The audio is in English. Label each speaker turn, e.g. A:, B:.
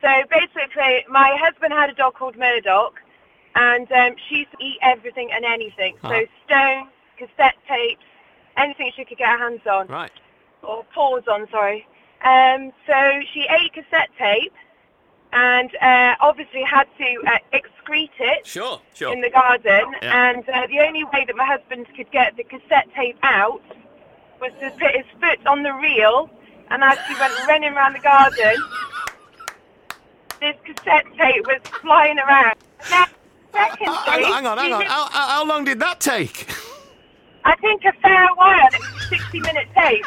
A: So basically, my husband had a dog called Murdoch, and um, she used to eat everything and anything.
B: Ah.
A: So stones, cassette tapes, anything she could get her hands on,
B: Right.
A: or paws on, sorry. Um, so she ate cassette tape and uh, obviously had to uh, excrete it
B: Sure. Sure.
A: in the garden,
B: Oh. Yeah.
A: and uh, the only way that my husband could get the cassette tape out was to put his foot on the reel, and as he went running around the garden, this cassette tape was flying around. Now, secondly,
B: Ah, hang on, hang on, hang on.
A: Jesus,
B: How, how, how long did that take?
A: I think a fair while, it was a 60 minute tape.